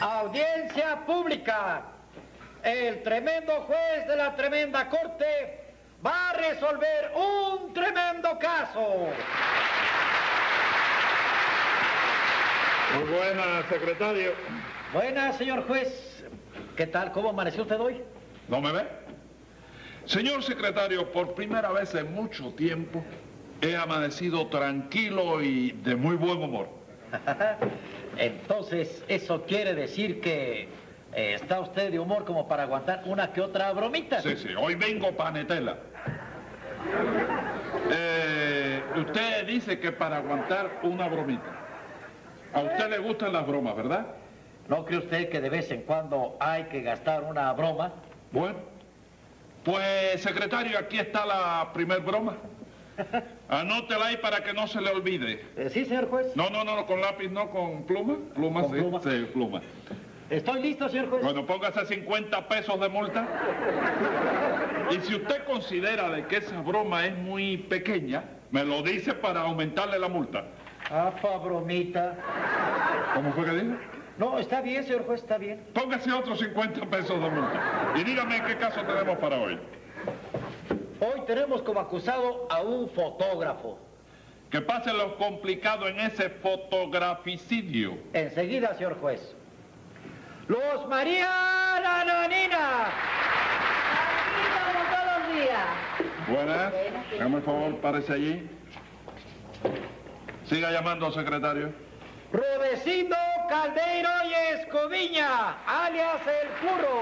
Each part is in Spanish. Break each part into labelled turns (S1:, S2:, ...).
S1: audiencia pública. El tremendo juez de la tremenda corte va a resolver un tremendo caso.
S2: Muy buenas, secretario.
S1: Buenas, señor juez. ¿Qué tal? ¿Cómo amaneció usted hoy?
S2: ¿No me ve? Señor secretario, por primera vez en mucho tiempo he amanecido tranquilo y de muy buen humor.
S1: Entonces, eso quiere decir que eh, está usted de humor como para aguantar una que otra bromita.
S2: Sí, sí, hoy vengo panetela. Eh, usted dice que para aguantar una bromita. A usted le gustan las bromas, ¿verdad?
S1: ¿No cree usted que de vez en cuando hay que gastar una broma?
S2: Bueno, pues secretario, aquí está la primer broma. Anótela ahí para que no se le olvide.
S1: Eh, sí, señor juez.
S2: No, no, no, no, con lápiz, no, con pluma. Pluma,
S1: ¿Con
S2: sí,
S1: pluma?
S2: sí, pluma.
S1: Estoy listo, señor juez.
S2: Bueno, póngase 50 pesos de multa. Y si usted considera de que esa broma es muy pequeña, me lo dice para aumentarle la multa.
S1: Ah, pa bromita.
S2: ¿Cómo fue que dijo?
S1: No, está bien, señor juez, está bien.
S2: Póngase otros 50 pesos de multa. Y dígame qué caso tenemos para hoy.
S1: Hoy tenemos como acusado a un fotógrafo.
S2: Que pase lo complicado en ese fotograficidio.
S1: Enseguida, señor juez. Los María Nananina.
S3: Como todos los días.
S2: Buenas. Hágame el favor, párese allí. Siga llamando, secretario.
S1: Rudecindo Caldeiro y Escoviña, alias El Puro.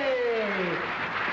S4: Inocente.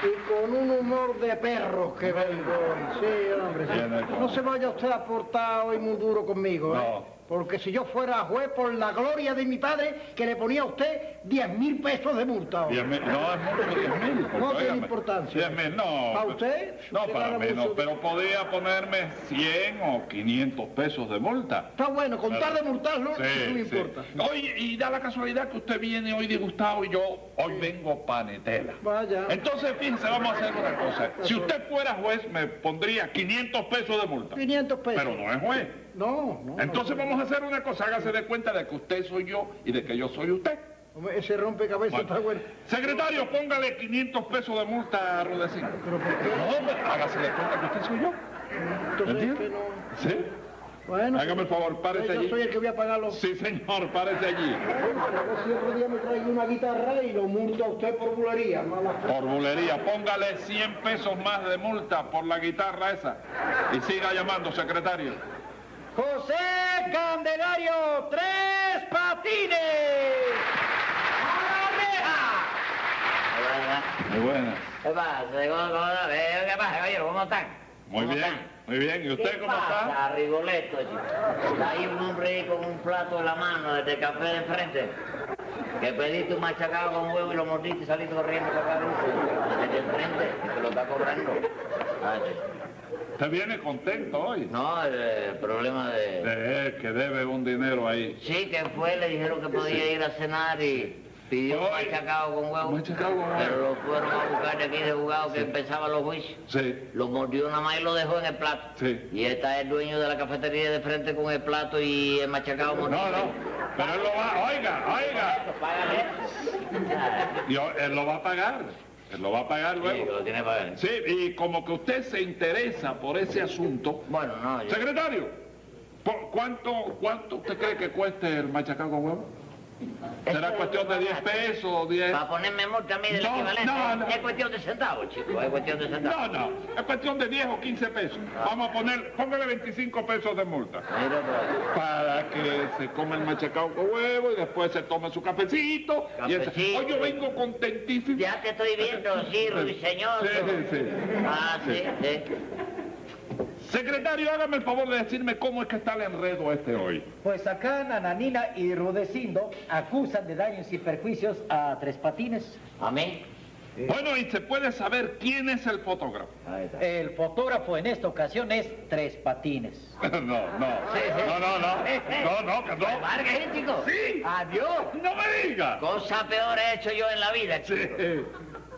S4: Y con un humor de perros que vengo hoy. Sí, hombre. sí.
S2: Viene con-
S4: No se vaya usted a portar hoy muy duro conmigo, ¿eh?
S2: No.
S4: Porque si yo fuera juez por la gloria de mi padre, que le ponía a usted 10 mil pesos de multa. hombre.
S2: Diez mil. No, es mucho, diez mil. porque,
S4: No tiene
S2: óigame,
S4: importancia.
S2: Diez mil, no.
S4: ¿Para usted?
S2: No,
S4: Usted
S2: para
S4: gana
S2: mí no,
S4: mucho.
S2: pero podía ponerme 100 o 500 pesos de multa.
S4: Está bueno, con tal de multarlo,
S2: Sí,
S4: no me
S2: sí.
S4: importa.
S2: Hoy, y da la casualidad que usted viene hoy disgustado y yo hoy vengo panetela.
S4: Vaya.
S2: Entonces, fíjense, vamos a hacer una cosa. Si usted fuera juez, me pondría 500 pesos de multa.
S4: 500 pesos.
S2: Pero no es juez.
S4: No, no.
S2: Entonces
S4: no.
S2: vamos a hacer una cosa, hágase de cuenta de que usted soy yo y de que yo soy usted.
S4: Hombre, Ese rompecabezas
S2: Bueno.
S4: está bueno.
S2: Secretario, póngale 500 pesos de multa a Rudecindo.
S4: Pero ¿por qué?
S2: No, hombre, hágase de cuenta que usted soy yo.
S4: Entonces,
S2: ¿Entiende?
S4: que no.
S2: ¿Sí?
S4: Bueno.
S2: Hágame el favor, párese
S4: Yo
S2: allí.
S4: soy el que voy a pagar los...
S2: Sí, señor, párese allí.
S4: A ver si otro día me trae una guitarra y lo multa a usted por bulería. mala-
S2: Por bulería, póngale 100 pesos más de multa por la guitarra esa. Y siga llamando, secretario.
S1: José Candelario, tres patines. ¡Oreja!
S2: Muy buenas.
S3: ¿Qué pasa? ¿Cómo- cómo- eh, ¿Qué pasa, caballero? ¿Cómo están?
S2: Muy
S3: ¿Cómo
S2: bien,
S3: están?
S2: muy bien. ¿Y usted
S3: ¿Qué
S2: cómo
S3: pasa,
S2: está?
S3: Rigoletto, chico? Está ahí un hombre ahí con un plato en la mano desde el café de enfrente. Que pediste un machacado con huevo y lo mordiste y saliste corriendo a sacar un desde el frente que te lo está cobrando. Ah, sí.
S2: Usted viene contento hoy.
S3: No, el, eh, problema de...
S2: De él, que debe un dinero ahí.
S3: Sí, que fue, le dijeron que podía ir a cenar y pidió un
S2: Ay.
S3: machacado con huevo.
S2: Machacado con huevo.
S3: Pero lo fueron a buscar de aquí de jugado que empezaban los juicios.
S2: Sí,
S3: Lo mordió nada más y lo dejó en el plato.
S2: sí.
S3: Y está el dueño de la cafetería de frente con el plato y el machacado
S2: No,
S3: mordido.
S2: no. Pero él lo va, oiga, oiga.
S3: Págale.
S2: Yo- él lo va a pagar. Él lo va a pagar
S3: Sí, que
S2: luego.
S3: lo tiene que pagar.
S2: Sí, y como que usted se interesa por ese asunto,
S3: Bueno, no, yo...
S2: Secretario, ¿por ¿cuánto, ¿cuánto usted cree que cueste el machacado con huevo? ¿Será cuestión de 10 pesos o 10?
S3: Para ponerme multa a mí del
S2: No,
S3: equivalente.
S2: no, no.
S3: Es cuestión de centavos, chico, es cuestión de centavos.
S2: No, no, es cuestión de 10 o 15 pesos. Vamos a poner, póngale 25 pesos de multa.
S3: Mira, pues,
S2: Para que se coma el machacado con huevo y después se tome su cafecito. Y esa-
S3: Cafecito.
S2: Hoy yo vengo contentísimo.
S3: Ya te estoy viendo, sí, ruiseñor.
S2: Sí, sí, sí.
S3: Ah, sí, sí.
S2: Secretario, hágame el favor de decirme cómo es que está el enredo este hoy.
S1: Pues acá Nananina y Rudecindo acusan de daños y perjuicios a tres patines.
S3: ¿A mí?
S2: Bueno, y se puede saber quién es el fotógrafo.
S3: Ahí está.
S1: El fotógrafo en esta ocasión es tres patines.
S2: No, no, no, no, no, no, no, que no.
S3: Vargas, ¿eh, chico?
S2: Sí.
S3: Adiós.
S2: ¡No me diga!
S3: Cosa peor he hecho yo en la vida, chico.
S2: Sí.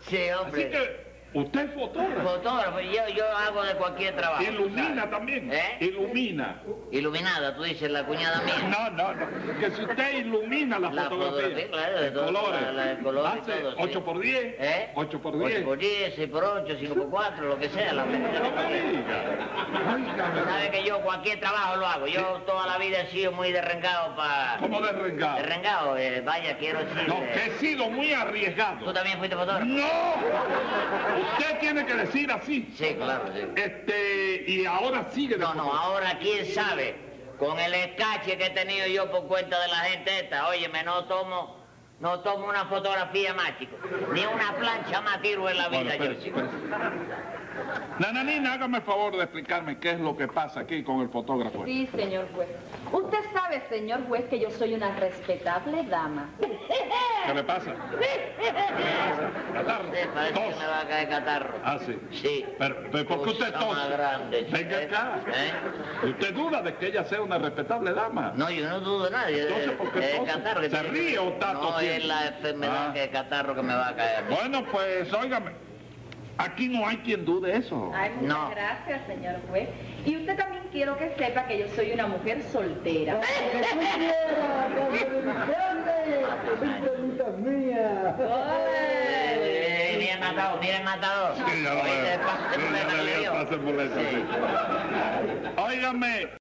S3: Sí, hombre.
S2: Así que Usted es fotógrafo.
S3: Fotógrafo, yo, yo hago de cualquier trabajo.
S2: Ilumina
S3: ¿sabes?
S2: también.
S3: Ah, ¿Eh?
S2: Ilumina.
S3: Iluminada, tú dices, la cuñada mía.
S2: No, no, no. Que si usted ilumina la,
S3: La
S2: fotografía.
S3: fotografía, claro, de
S2: en
S3: todo,
S2: colores.
S3: la- la de colores y
S2: Hace
S3: todo, sí.
S2: 8 por 10.
S3: ¿Eh?
S2: 8 por 10.
S3: 8 por 10, 6 por 8, 5 por 4, lo que sea. La
S2: No me diga.
S3: Sabes que yo cualquier trabajo lo hago. Yo toda la vida he sido muy derrengado para...
S2: ¿Cómo derrengado?
S3: Derrengado, eh, vaya, quiero decir...
S2: Ah. No,
S3: eh,
S2: que he sido muy
S3: ¿Tú
S2: arriesgado.
S3: también fuiste fotógrafo?
S2: ¡No! Usted tiene que decir así.
S3: Sí, claro, sí.
S2: Este, y ahora sigue de
S3: No, no,
S2: fotógrafo.
S3: ahora quién sabe, con el escache que he tenido yo por cuenta de la gente esta, óyeme, no tomo, no tomo una fotografía más, chico, ni una plancha más tiro en la
S2: Bueno,
S3: vida yo,
S2: espérese,
S3: chico.
S2: espérese. Nananina, hágame el favor de explicarme qué es lo que pasa aquí con el fotógrafo.
S5: Sí, señor juez. Usted sabe, señor juez, que yo soy una respetable dama.
S2: ¿Qué le pasa? Catarro.
S3: Sí, parece que
S2: Tos.
S3: me va a caer catarro.
S2: Ah, sí.
S3: Sí.
S2: Pero, pero ¿por qué usted
S3: Cosa más
S2: tose?
S3: grande, chico,
S2: Venga
S3: ¿eh?
S2: acá.
S3: ¿Eh?
S2: ¿Usted duda de que ella sea una respetable dama?
S3: No, yo no dudo nada. yo-
S2: Entonces, ¿por qué
S3: eh,
S2: tose?
S3: catarro que
S2: ¿Se
S3: tiene-
S2: ríe o está
S3: No,
S2: tosiendo?
S3: es la enfermedad
S2: Ah.
S3: que el catarro que me va a caer.
S2: Bueno, pues, óigame. Aquí no hay quien dude eso.
S5: Ay, muchas
S3: No.
S5: gracias, señor juez. Y usted también quiero que sepa que yo soy una mujer soltera.
S4: ¡Que tú quieras, Carmen Grande! ¡Son preguntas mías!
S3: Eh, Mira el matador, mira el matador.
S2: Sí, ya lo
S3: Oíste,
S2: veo.
S3: pa-
S2: Sí, ya
S3: me
S2: le veo,
S3: río.
S2: pase por la
S3: Sí.
S2: Óigame,